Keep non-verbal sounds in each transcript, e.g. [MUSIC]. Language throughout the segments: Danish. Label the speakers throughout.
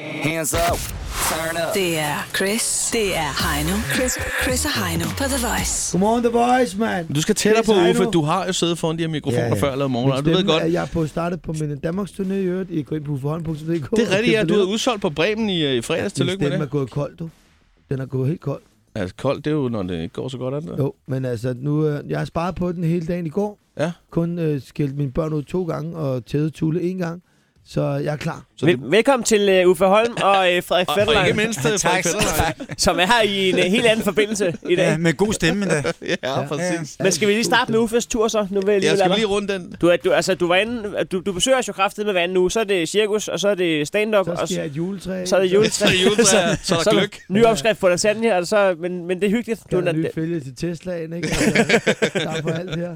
Speaker 1: hands up. Turn up.
Speaker 2: Det er Chris. Det er Heino. Chris, Chris og Heino på The Voice.
Speaker 3: Godmorgen, The Voice, mand.
Speaker 4: Du skal tættere
Speaker 3: Chris
Speaker 4: på,
Speaker 3: Heino.
Speaker 4: Uffe. Du har jo siddet foran de her mikrofoner før og lavet
Speaker 3: Min
Speaker 4: morgen. Du ved
Speaker 3: stemme
Speaker 4: godt,
Speaker 3: Er, jeg er på startet på min Danmarks turné i øvrigt. I går ind på uforhånd.dk.
Speaker 4: det er rigtigt, at du er udsolgt på Bremen i, øh, i fredags. Tillykke
Speaker 3: Min
Speaker 4: med
Speaker 3: stemme er
Speaker 4: det.
Speaker 3: gået kold, du. Den er gået helt kold.
Speaker 4: Altså, koldt, det er jo, når det ikke går så godt, er det der?
Speaker 3: Jo, men altså, nu, øh, jeg har sparet på den hele dagen i går.
Speaker 4: Ja.
Speaker 3: Kun øh, skældt mine børn ud to gange og tæde Tulle en gang. Så jeg er klar.
Speaker 4: Så
Speaker 5: Vel- Velkommen til uh, Uffe Holm og uh, Frederik
Speaker 4: Og, og ikke
Speaker 5: Fetterlein,
Speaker 4: mindst øh, Frederik
Speaker 6: [LAUGHS]
Speaker 4: Fetterlein.
Speaker 5: som er her i en uh, helt anden forbindelse i dag.
Speaker 6: Ja, med god stemme endda.
Speaker 4: Ja, præcis.
Speaker 5: Men skal vi lige starte med Uffes tur så? Nu vil jeg lige
Speaker 4: Jeg skal
Speaker 5: lade
Speaker 4: lige
Speaker 5: dig.
Speaker 4: runde den.
Speaker 5: Du, er- du, altså, du, var inde, du, du besøger os jo kraftigt med vand nu. Så er det cirkus, og så er det stand-up,
Speaker 3: Så skal jeg
Speaker 5: og så,
Speaker 3: have et juletræ.
Speaker 5: så er det
Speaker 4: Så
Speaker 5: juletræ.
Speaker 4: er det
Speaker 5: [LAUGHS]
Speaker 4: juletræ, så er der gløgg.
Speaker 5: ny opskrift på lasagne, og så, men, men det er hyggeligt.
Speaker 3: Du
Speaker 5: Du,
Speaker 3: er en ny
Speaker 5: men,
Speaker 3: fælge til Teslaen,
Speaker 5: [LAUGHS]
Speaker 3: ikke? Altså, der er for alt her.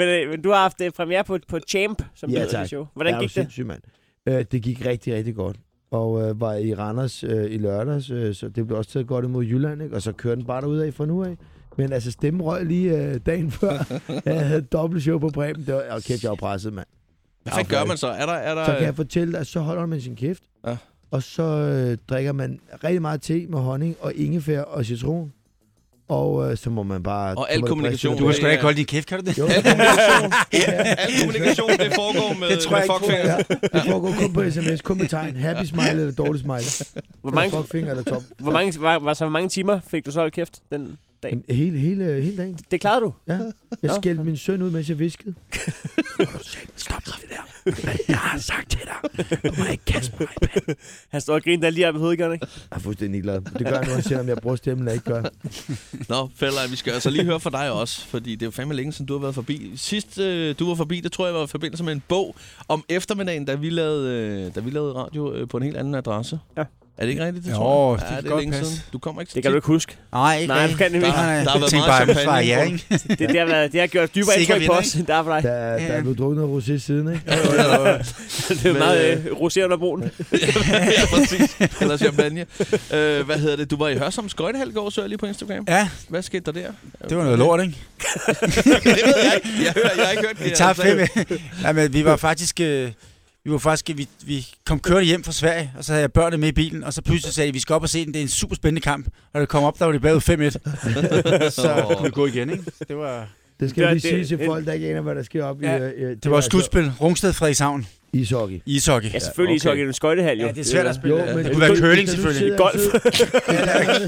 Speaker 5: øh, men du har haft øh, premiere på, på Champ, som
Speaker 3: Ja,
Speaker 5: ja, hedder
Speaker 3: tak.
Speaker 5: det show. Hvordan
Speaker 3: Jeg er jo
Speaker 5: gik det?
Speaker 3: Sindssyg, mand. Øh, det gik rigtig, rigtig godt. Og øh, var i Randers øh, i lørdags, øh, så det blev også taget godt imod Jylland, ikke? og så kørte den bare derudad fra nu af. Men altså, stemmen røg lige øh, dagen [LAUGHS] før. jeg havde et dobbelt show på Bremen. Det var, og kæft, jeg var presset, mand.
Speaker 4: Hvad fanden gør man så? Er der... Er der
Speaker 3: Så kan jeg fortælle dig, at så holder man sin kæft.
Speaker 4: Ja.
Speaker 3: Og så øh, drikker man rigtig meget te med honning og ingefær og citron. Og øh, så må man bare...
Speaker 4: Og
Speaker 3: så
Speaker 4: al
Speaker 3: må det
Speaker 4: kommunikation.
Speaker 3: briste
Speaker 6: Du kan
Speaker 3: derudad.
Speaker 6: sgu da ikke holde din kæft, kan du det?
Speaker 3: Jo, kommunikation.
Speaker 4: Al kommunikation, det foregår med,
Speaker 6: Det tror jeg
Speaker 4: med
Speaker 6: ikke på,
Speaker 4: fuckfingers.
Speaker 3: Ja,
Speaker 4: [LAUGHS]
Speaker 3: det foregår kun på sms, kun med tegn. Happy smile eller dårlig smile.
Speaker 5: Hvor
Speaker 3: Mange...
Speaker 5: mange,
Speaker 3: Fuck finger eller top.
Speaker 5: hvor mange, var, var, så hvor mange timer fik du så holdt kæft? Den,
Speaker 3: Jamen, Hele, hele, hele dagen.
Speaker 5: det klarede du?
Speaker 3: Ja. Jeg
Speaker 5: Nå.
Speaker 3: skældte min søn ud, mens jeg viskede. Stop det der. Hvad jeg har sagt til dig. Du må ikke kaste mig i panden.
Speaker 5: Han står og griner lige op i hovedet, gør han ikke?
Speaker 3: Jeg er fuldstændig glad. Det gør jeg nu, også, selvom jeg bruger stemmen, jeg ikke gør.
Speaker 4: Nå, Fælder, vi skal altså lige høre fra dig også, fordi det er jo fandme længe siden, du har været forbi. Sidst øh, du var forbi, det tror jeg var i forbindelse med en bog om eftermiddagen, da vi lavede, øh, da vi lavede radio øh, på en helt anden adresse.
Speaker 5: Ja.
Speaker 4: Er det ikke rigtigt, det
Speaker 6: Jo,
Speaker 4: tror jeg?
Speaker 6: det
Speaker 4: ja,
Speaker 6: kan
Speaker 4: det er
Speaker 6: godt
Speaker 4: længe
Speaker 6: passe.
Speaker 4: siden. Du kommer ikke så
Speaker 5: Det kan du
Speaker 4: tit.
Speaker 5: ikke huske.
Speaker 6: Nej, ikke.
Speaker 5: Nej, du kan nemlig
Speaker 6: Nej, nej.
Speaker 5: ikke.
Speaker 4: Der har været
Speaker 6: Tænk
Speaker 4: meget
Speaker 6: bare, at
Speaker 4: champagne
Speaker 6: svare
Speaker 4: i
Speaker 6: ja,
Speaker 4: går.
Speaker 6: ikke?
Speaker 5: Det, det, har, været, det har gjort dybere
Speaker 6: Sikker
Speaker 5: indtryk på
Speaker 6: vinder,
Speaker 5: os, end der er for dig.
Speaker 3: Der, der er blevet drukket noget rosé siden, ikke?
Speaker 5: [LAUGHS] Det er meget øh, rosé under broen.
Speaker 4: ja, [LAUGHS] præcis. Eller champagne. Øh, hvad hedder det? Du var i Hørsholm Skøjtehal i går, så jeg lige på Instagram.
Speaker 6: Ja,
Speaker 4: Hvad skete der der?
Speaker 6: det var noget lort, ikke?
Speaker 4: det ved jeg ikke. Jeg, hører, jeg har ikke hørt det.
Speaker 6: Vi tager fem. Nej, men vi var faktisk... øh, Vi var faktisk, vi, vi kom kørt hjem fra Sverige, og så havde jeg børnene med i bilen, og så pludselig sagde de, vi skal op og se den, det er en super spændende kamp. Og det kom op, der var det bagud 5-1. så kunne det gå igen, ikke? Det var,
Speaker 3: Det skal
Speaker 5: Det-
Speaker 3: jeg lige
Speaker 5: det-
Speaker 3: sige til
Speaker 5: det-
Speaker 3: folk, der ikke aner, hvad der sker op
Speaker 6: Ja,
Speaker 3: i... øh, øh,
Speaker 6: det var et slutspil. Rungsted Frederikshavn.
Speaker 3: altså Ishockey.
Speaker 6: Ishockey.
Speaker 5: Ja, selvfølgelig okay.
Speaker 4: okay.
Speaker 5: ishockey i en skøjtehal, jo.
Speaker 6: Ja, det er svært at spille.
Speaker 3: Jo,
Speaker 4: Ja,
Speaker 3: men
Speaker 4: det
Speaker 6: kunne være
Speaker 3: hvis du-
Speaker 6: curling,
Speaker 3: hvis du
Speaker 6: selvfølgelig.
Speaker 3: sidder-
Speaker 5: Golf.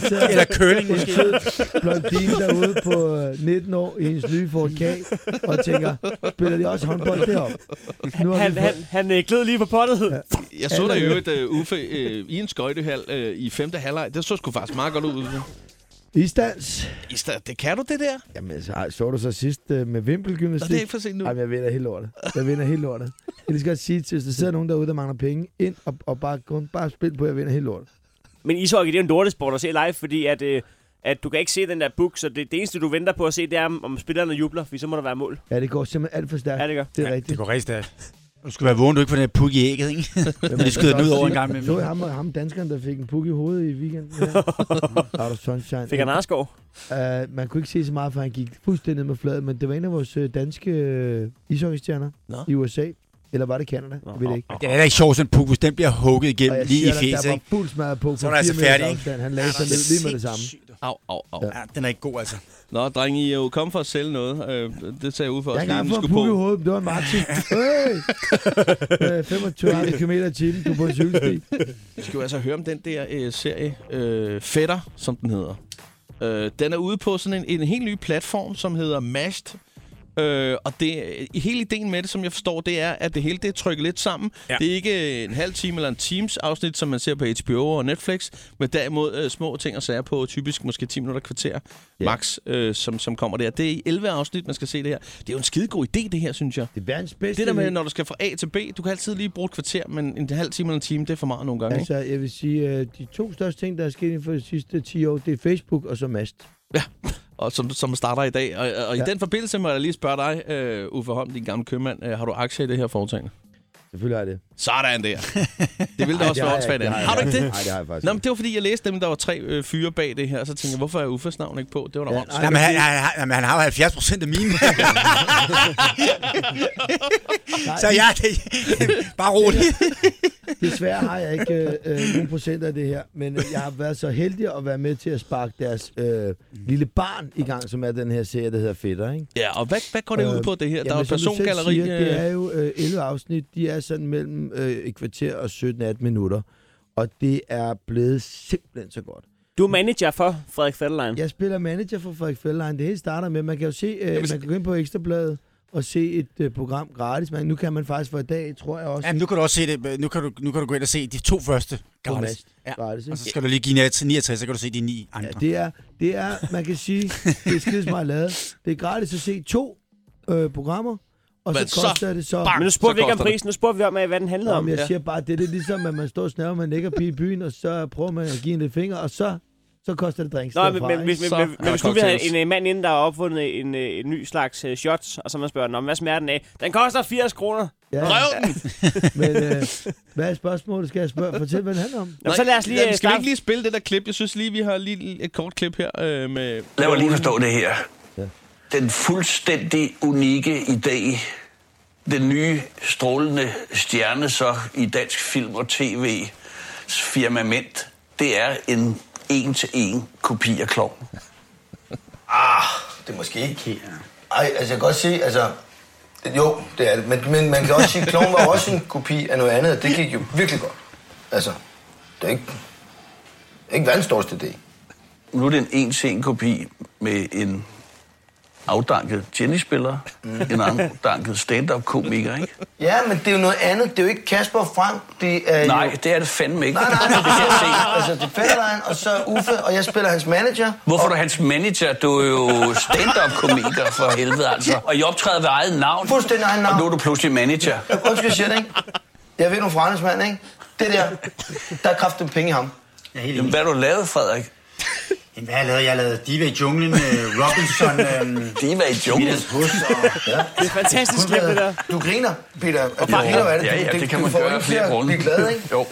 Speaker 3: sidder- Ja,
Speaker 6: Eller curling,
Speaker 3: en
Speaker 6: måske.
Speaker 3: sød blondine derude på øh, 19 år i hendes nye Ford K, og tænker, spiller de også håndbold deroppe? Nu har
Speaker 5: Han,
Speaker 3: vi
Speaker 5: han,
Speaker 3: fået-
Speaker 5: han øh, gled lige på pottet. Ja.
Speaker 4: Jeg så dig i øvrigt, øh, Uffe, øh, i en skøjtehal øh, i femte halvleg. Det så sgu faktisk meget godt ud. Uffe.
Speaker 3: Isdans.
Speaker 4: I stedet, det kan du det der?
Speaker 3: Jamen, så, ej, så du så sidst øh, med
Speaker 4: Nå,
Speaker 3: vimpelgymnastik?
Speaker 4: det er ikke for sent nu.
Speaker 3: Jamen, jeg vinder helt lortet. Jeg vinder helt lortet. Jeg kan lige så godt sige, til, hvis der sidder nogen derude, der mangler penge, ind og, og bare, kun, bare spil på, at jeg vinder helt lortet.
Speaker 5: Men ishockey, det er jo en lortesport at se live, fordi at, øh, at du kan ikke se den der book, så det, det eneste, du venter på at se, det er, om, om spillerne jubler, for så må der være mål.
Speaker 3: Ja, det går simpelthen alt for stærkt.
Speaker 5: Ja, det gør.
Speaker 3: Det er rigtigt.
Speaker 6: Det går rigtig stærkt. Du skal være vågen, du ikke får den her puk i ægget, ikke?
Speaker 3: Men
Speaker 6: Når de skyder den ud over en gang
Speaker 3: Så
Speaker 6: med
Speaker 3: jeg ham, ham danskeren, der fik en puk i hovedet i weekenden.
Speaker 6: [LAUGHS]
Speaker 3: Ja. Out of sunshine.
Speaker 5: Fik han Arsgaard?
Speaker 3: Uh, man kunne ikke se så meget, for han gik fuldstændig ned med fladet, men det var en af vores øh, danske øh, ishockeystjerner
Speaker 4: Nå.
Speaker 3: i USA. Eller var det Canada? Jeg ved det ikke.
Speaker 6: Det er da ikke sjovt, sådan en puk, hvis den bliver hugget
Speaker 3: Og
Speaker 6: igennem
Speaker 3: jeg
Speaker 6: lige i
Speaker 3: siger dig,
Speaker 6: fjeset,
Speaker 3: der var
Speaker 6: ikke?
Speaker 3: fuld smadret på.
Speaker 6: Så
Speaker 3: på
Speaker 6: er der altså
Speaker 3: fire meters
Speaker 6: færdig, ikke?
Speaker 3: afstand. Han lagde sig ned lige med det samme.
Speaker 4: Au, au, au.
Speaker 3: Ja.
Speaker 6: Ja, den er ikke god, altså.
Speaker 4: Nå, drenge, I er jo kommet for at sælge noget. Øh, det sagde jeg ud for
Speaker 3: Jeg har
Speaker 4: os, lige
Speaker 3: engang fået en
Speaker 4: inden vi skulle
Speaker 3: puk i
Speaker 4: på.
Speaker 3: hovedet, men det var en Martin. Hey! Øh,
Speaker 4: [LAUGHS]
Speaker 3: 25 km i timen, du er på en cykelsti.
Speaker 4: Vi skal jo altså høre om den der øh, serie, øh, Fætter, som den hedder. Øh, den er ude på sådan en, en helt ny platform, som hedder Mashed. Øh, og det, hele ideen med det, som jeg forstår, det er, at det hele det er trykket lidt sammen. Ja.
Speaker 6: Ja.
Speaker 4: Det er ikke øh, en halv time eller en times afsnit, som man ser på HBO og Netflix, men derimod øh, små ting og sager på typisk måske 10 minutter kvarter ja. max, øh, som, som kommer der. Det er i 11 afsnit, man skal se det her. Det er jo en skidegod idé, det her, synes jeg.
Speaker 3: Det er verdens bedste.
Speaker 4: Det der med,
Speaker 3: idé.
Speaker 4: når du skal fra A til B, du kan altid lige bruge et kvarter, men en halv time eller en time, det er for meget nogle gange.
Speaker 3: Altså, jeg vil sige, øh, de to største ting, der er sket inden for de sidste 10 år, det er Facebook og så Mast.
Speaker 4: og som, som starter i dag. Og, og ja. i den forbindelse må jeg lige spørge dig, øh, Uffe Holm, din gamle købmand, øh, har du aktier i det her foretagende?
Speaker 3: Selvfølgelig har jeg det.
Speaker 4: Sådan
Speaker 3: [LAUGHS]
Speaker 4: der. Det ville da
Speaker 3: Ej, det
Speaker 4: også være
Speaker 3: har jeg
Speaker 4: åndssvagt
Speaker 3: ikke.
Speaker 4: andet.
Speaker 3: Det
Speaker 4: Har du ikke det?
Speaker 3: Nej, det har jeg faktisk
Speaker 4: Nå, men det var fordi, jeg læste dem, der var tre øh, fyre bag det her, og så tænkte jeg, hvorfor er Uffes navn ikke på? Det var da
Speaker 3: Ja,
Speaker 4: åndssvagt.
Speaker 6: Jamen, han, han, han, jamen, han har jo 70 procent af mine. så ja, det, bare rolig.
Speaker 3: Desværre har jeg ikke øh, øh, nogen procent af det her, men øh, jeg har været så heldig at være med til at sparke deres øh, lille barn i gang, som er den her serie, der hedder Fætter, ikke?
Speaker 4: Ja, og hvad, hvad går det ud
Speaker 3: Øh,
Speaker 4: på, det her? Der er jo
Speaker 3: som du selv
Speaker 4: persongalleri.
Speaker 3: siger, Det er
Speaker 4: øh,
Speaker 3: jo øh, 11 afsnit. De er sådan mellem øh, et kvarter og 17-18 minutter. Og det er blevet simpelthen så godt.
Speaker 5: Du er manager for Frederik Fetterlein.
Speaker 3: Jeg spiller manager for Frederik Fællein. Det hele starter med, man kan jo se, øh, man
Speaker 4: hvis-
Speaker 3: kan gå ind på Ekstrabladet og se et øh, program gratis. Man, nu kan man faktisk for i dag, tror jeg også.
Speaker 6: Jamen, nu kan du også se det. Nu kan du, nu kan du gå ind og se de to første.
Speaker 3: på
Speaker 6: Gratis.
Speaker 3: Mast.
Speaker 6: Ja.
Speaker 3: gratis
Speaker 6: Og
Speaker 3: ikke?
Speaker 6: så skal du lige give 69, så kan du se de ni andre.
Speaker 3: Ja, det er, det er, man kan sige, det er skide meget lavet. Det er gratis at se to øh, programmer, og
Speaker 4: Men
Speaker 3: så
Speaker 4: så
Speaker 3: koster det så...
Speaker 4: bang!
Speaker 5: Men nu spurgte
Speaker 4: Så
Speaker 5: vi ikke om
Speaker 4: koster det.
Speaker 5: prisen, nu spurgte vi om, øh, hvad den handlede om.
Speaker 3: Om, jeg
Speaker 4: Ja.
Speaker 3: siger bare, det er det ligesom, at man står og snæver med en lækkerpige i byen, og så prøver man at give en lidt finger, og så, så koster det drinks.
Speaker 5: Nå, men,
Speaker 3: derfra,
Speaker 5: men,
Speaker 3: ikke?
Speaker 5: hvis, men,
Speaker 4: Så
Speaker 5: men,
Speaker 4: er
Speaker 5: men
Speaker 4: der
Speaker 5: hvis nu vi havde
Speaker 4: cocktails.
Speaker 5: en, en mand inden, der har opfundet en, øh, en ny slags øh, shots, og så man spørger, Nå, men hvad smager den af? Den koster 80 kroner.
Speaker 3: ja,
Speaker 4: Røv den!
Speaker 3: [LAUGHS] men øh, hvad er spørgsmålet? Skal jeg spørge? Fortæl, hvad det handler om.
Speaker 5: Nå, så lad os lige
Speaker 4: Jamen,
Speaker 5: øh,
Speaker 4: skal vi
Speaker 5: starte.
Speaker 4: ikke lige spille det der klip? Jeg synes lige, vi har lige et kort klip her øh, med...
Speaker 1: Lad mig lige forstå det her.
Speaker 3: Ja.
Speaker 1: Den fuldstændig unikke idé, den nye strålende stjerne så i dansk film og tv firmament, det er en en-til-en kopi af klovn.
Speaker 7: Det er måske ikke helt. Ej, altså jeg kan godt se, altså... Jo, det er det. Men, men man kan også sige, at Kloven var også en kopi af noget andet. Det gik jo virkelig godt. Altså, det er ikke... Ikke verdens dårligste idé.
Speaker 1: Nu er det en en-til-en kopi med en afdanket tennisspiller, en afdanket stand-up-komiker, ikke?
Speaker 7: Ja, men det er jo noget andet. Det er jo ikke Kasper og Frank. Det er jo...
Speaker 1: Nej, det er det fandme ikke.
Speaker 7: Nej, nej,
Speaker 1: [LAUGHS]
Speaker 7: nej.
Speaker 1: Det kan jeg se.
Speaker 7: Altså, det er Federlein, og så Uffe, og jeg spiller hans manager.
Speaker 1: Hvorfor er du hans manager? Du er [LAUGHS] jo stand-up-komiker for helvede, altså. Og I optræder ved eget navn.
Speaker 7: Fuldstændig egen navn.
Speaker 1: Og nu er du pludselig manager.
Speaker 7: Undskyld, jeg siger det, ikke? Jeg ved nogle forretningsmand, ikke? Det der, der er kraftigt penge i ham.
Speaker 8: Jeg er helt
Speaker 1: Jamen,
Speaker 8: enig.
Speaker 1: hvad har du lavet, Frederik?
Speaker 8: Jamen, hvad har jeg lavet? Jeg har lavet Diva i junglen, øh, Robinson,
Speaker 1: [LAUGHS]
Speaker 8: øh,
Speaker 1: Det var i junglen.
Speaker 8: Peters Hus og...
Speaker 7: Ja.
Speaker 5: Det er fantastisk
Speaker 7: [LAUGHS]
Speaker 5: klip, det der.
Speaker 7: Du griner, Peter. Og du griner, hvad er det?
Speaker 1: Ja, ja, det kan
Speaker 7: du
Speaker 1: man
Speaker 7: får
Speaker 1: gøre
Speaker 7: øjnene
Speaker 1: af
Speaker 7: til
Speaker 1: flere
Speaker 7: at
Speaker 1: grunde.
Speaker 7: Blive glad, ikke?
Speaker 1: Jo.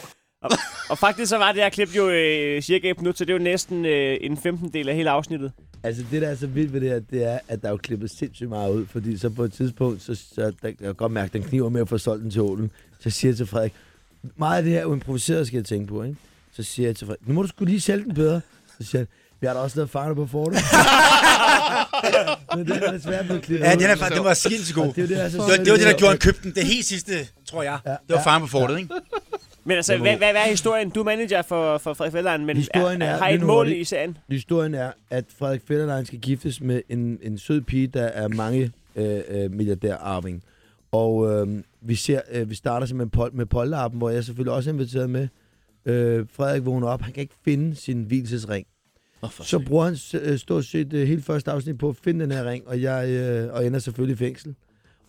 Speaker 5: Og faktisk så var det her klip jo øh, cirka et minut, så det er jo næsten øh, en femtendel af hele afsnittet.
Speaker 3: Altså, det der er så vildt ved det her, det er, at der er jo klippet sindssygt meget ud, fordi så på et tidspunkt, så, så der, jeg kan godt mærke, at den kniver med at få solgt den til ålen. Så siger jeg til Frederik, meget af det her er jo improviseret, skal jeg tænke på, ikke? Så siger jeg til Frederik, nu må du skulle lige sælge den bedre. Så siger han, vi har da også lavet farne på fortet. Men det er desværre blevet klippet
Speaker 6: Ja,
Speaker 3: ud.
Speaker 6: den, er, fa- den var sindssygt god.
Speaker 3: Og det er jo det, der er så
Speaker 6: det, var, det, var det, der gjorde, han købte den. Det helt sidste, tror jeg.
Speaker 3: Ja.
Speaker 6: Det var faren på fortet, ikke?
Speaker 5: Men altså, hvad, hvad, hvad er historien? Du er manager for, for Frederik Fetterlein, men
Speaker 3: Historien
Speaker 5: er,
Speaker 3: er
Speaker 5: har I et
Speaker 3: lidt
Speaker 5: mål
Speaker 3: hurtigt.
Speaker 5: i serien?
Speaker 3: Historien er, at Frederik Fetterlein skal giftes med en, en sød pige, der er mange øh, øh, milliardærarving. Og øh, vi, ser, øh, vi starter simpelthen pol- med polterappen, hvor jeg selvfølgelig også er inviteret med. Øh, Frederik vågner op, han kan ikke finde sin hvilesesring. Så bruger han s- øh, stort set øh, hele første afsnit på at finde den her ring, og jeg øh, og ender selvfølgelig i fængsel.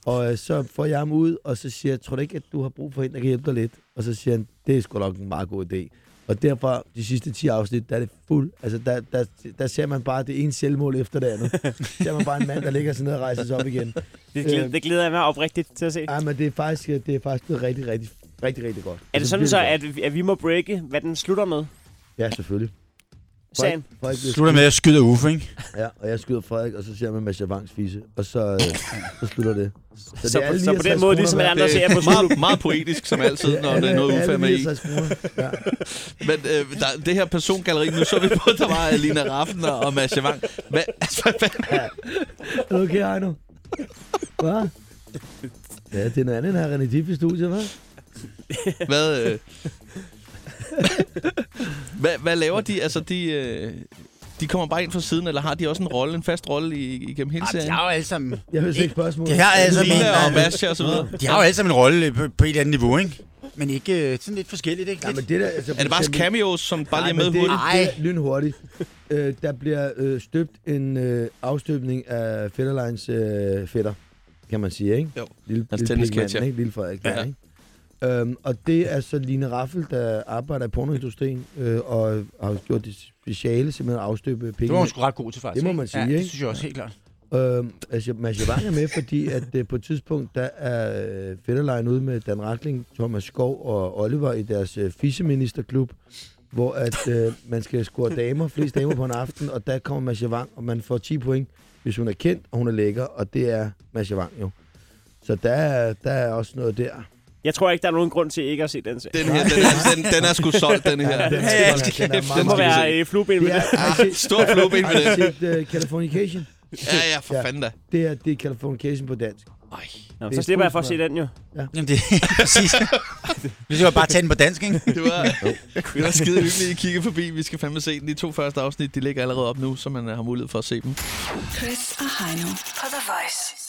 Speaker 3: Og øh, så får jeg ham ud, og så siger jeg, tror du ikke, at du har brug for en, der kan hjælpe dig lidt? Og så siger han, det er sgu nok en meget god idé. Og derfra, de sidste 10 afsnit, der er det fuld. Altså, der, der, der ser man bare det ene selvmål efter det andet. der ser man bare en mand, der ligger sådan ned og rejser sig op igen.
Speaker 5: Det glæder,
Speaker 3: Øh.
Speaker 5: det glæder jeg mig oprigtigt til at se.
Speaker 3: Ej, men det er faktisk, øh, det er faktisk blevet rigtig, rigtig, rigtig, rigtig godt. Altså,
Speaker 5: Er det sådan så, at, vi- at vi må breake, hvad den slutter med?
Speaker 3: Ja, selvfølgelig.
Speaker 5: Sagen.
Speaker 3: Frederik- Frederik bliver
Speaker 6: Slutter med at skyde Uffe, ikke?
Speaker 3: Ja, og jeg skyder Frederik, og så ser man Masha Vangs fise, og så, øh, så slutter det. Så, det
Speaker 5: Så,
Speaker 3: er
Speaker 5: på,
Speaker 3: alle
Speaker 5: så på
Speaker 3: 69
Speaker 5: den måde,
Speaker 3: kroner
Speaker 5: ligesom alle
Speaker 3: værd.
Speaker 5: andre serier på Zulu.
Speaker 4: Meget, meget poetisk,
Speaker 3: [LAUGHS]
Speaker 4: som altid, når det er noget Uffe er med i.
Speaker 3: 69 kroner. Ja.
Speaker 4: Men øh, der, det her persongalleri, nu så vi på, der var Alina Raffen og- og Mads Javang. Hvad, altså, hvad, hvad,
Speaker 3: Er du okay, Heino? Hvad? Ja, det er noget andet end her René Diff i studiet, hva'?
Speaker 4: hvad, øh, hvad, hvad laver de? Altså, de, øh, de kommer bare ind fra siden, eller har de også en rolle, en fast rolle i, igennem hele
Speaker 6: Ej, Ah, de
Speaker 4: serien?
Speaker 6: har jo alle sammen...
Speaker 3: Jeg hører ikke spørgsmål.
Speaker 6: Det her er altså min...
Speaker 4: Lina og Masha og så videre.
Speaker 6: De har jo alle sammen en rolle på, på et eller andet niveau, ikke? Men ikke øh, sådan lidt forskelligt, ikke?
Speaker 3: Ja, men
Speaker 6: Lidt.
Speaker 3: det der, altså,
Speaker 4: Er det bare cameos, som bare lige er med
Speaker 3: det,
Speaker 4: hurtigt?
Speaker 3: det er lynhurtigt. Øh, der bliver øh, støbt en øh, afstøbning af Fetterlines øh, fætter, kan man sige, ikke?
Speaker 4: Jo.
Speaker 3: Lille,
Speaker 4: Hans
Speaker 3: lille
Speaker 4: tennisketcher.
Speaker 3: pigmanden, ikke? Lille Frederik. Ja.
Speaker 4: Ja.
Speaker 3: Ikke? Øhm, og det er så Line Raffel, der arbejder i pornoindustrien, øh, og har gjort det speciale, simpelthen at afstøbe
Speaker 6: Det var
Speaker 3: penge.
Speaker 6: hun sgu ret god til, faktisk.
Speaker 3: Det må man
Speaker 6: ikke?
Speaker 3: sige,
Speaker 6: ja,
Speaker 3: ikke?
Speaker 6: det synes jeg også helt klart.
Speaker 3: Øh, altså, Masjavang er med, fordi at øh, på et tidspunkt, der er øh, Fetterlejen ude med Dan Rackling, Thomas Skov og Oliver i deres øh, fiseministerklub, hvor at øh, man skal score damer, flest damer på en aften, og der kommer Masjavang, og man får 10 point, hvis hun er kendt, og hun er lækker, og det er Masjavang jo. Så der, er- der er også noget der.
Speaker 5: Jeg tror ikke, der er nogen grund til ikke at se den serie.
Speaker 4: Den her, den er, den, den er sgu solgt, den her.
Speaker 3: Ja, den er-
Speaker 4: Hold
Speaker 3: den er
Speaker 4: kæft,
Speaker 3: meget-
Speaker 5: Den må
Speaker 4: skal vi
Speaker 5: være
Speaker 4: se.
Speaker 5: øh, flueben ved
Speaker 3: Det er,
Speaker 4: [LAUGHS]
Speaker 5: det.
Speaker 3: har I set,
Speaker 4: Stor flåbe ind
Speaker 3: har
Speaker 4: med den.
Speaker 3: I set uh, Californication?
Speaker 4: Ja, ja, for
Speaker 3: Ja.
Speaker 4: fanden da.
Speaker 3: Det er, det er Californication på dansk.
Speaker 4: Ej.
Speaker 5: Nå,
Speaker 3: det er
Speaker 5: så slipper jeg for at se den jo.
Speaker 6: Jamen, det [LAUGHS] er præcis. Vi skal bare tage den på dansk, ikke?
Speaker 4: [LAUGHS] Det var, det var skide hyggeligt, at kigge forbi. Vi skal fandme se den. De to første afsnit, de ligger allerede op nu, så man øh, har mulighed for at se dem.
Speaker 2: Chris og Heino på The Voice.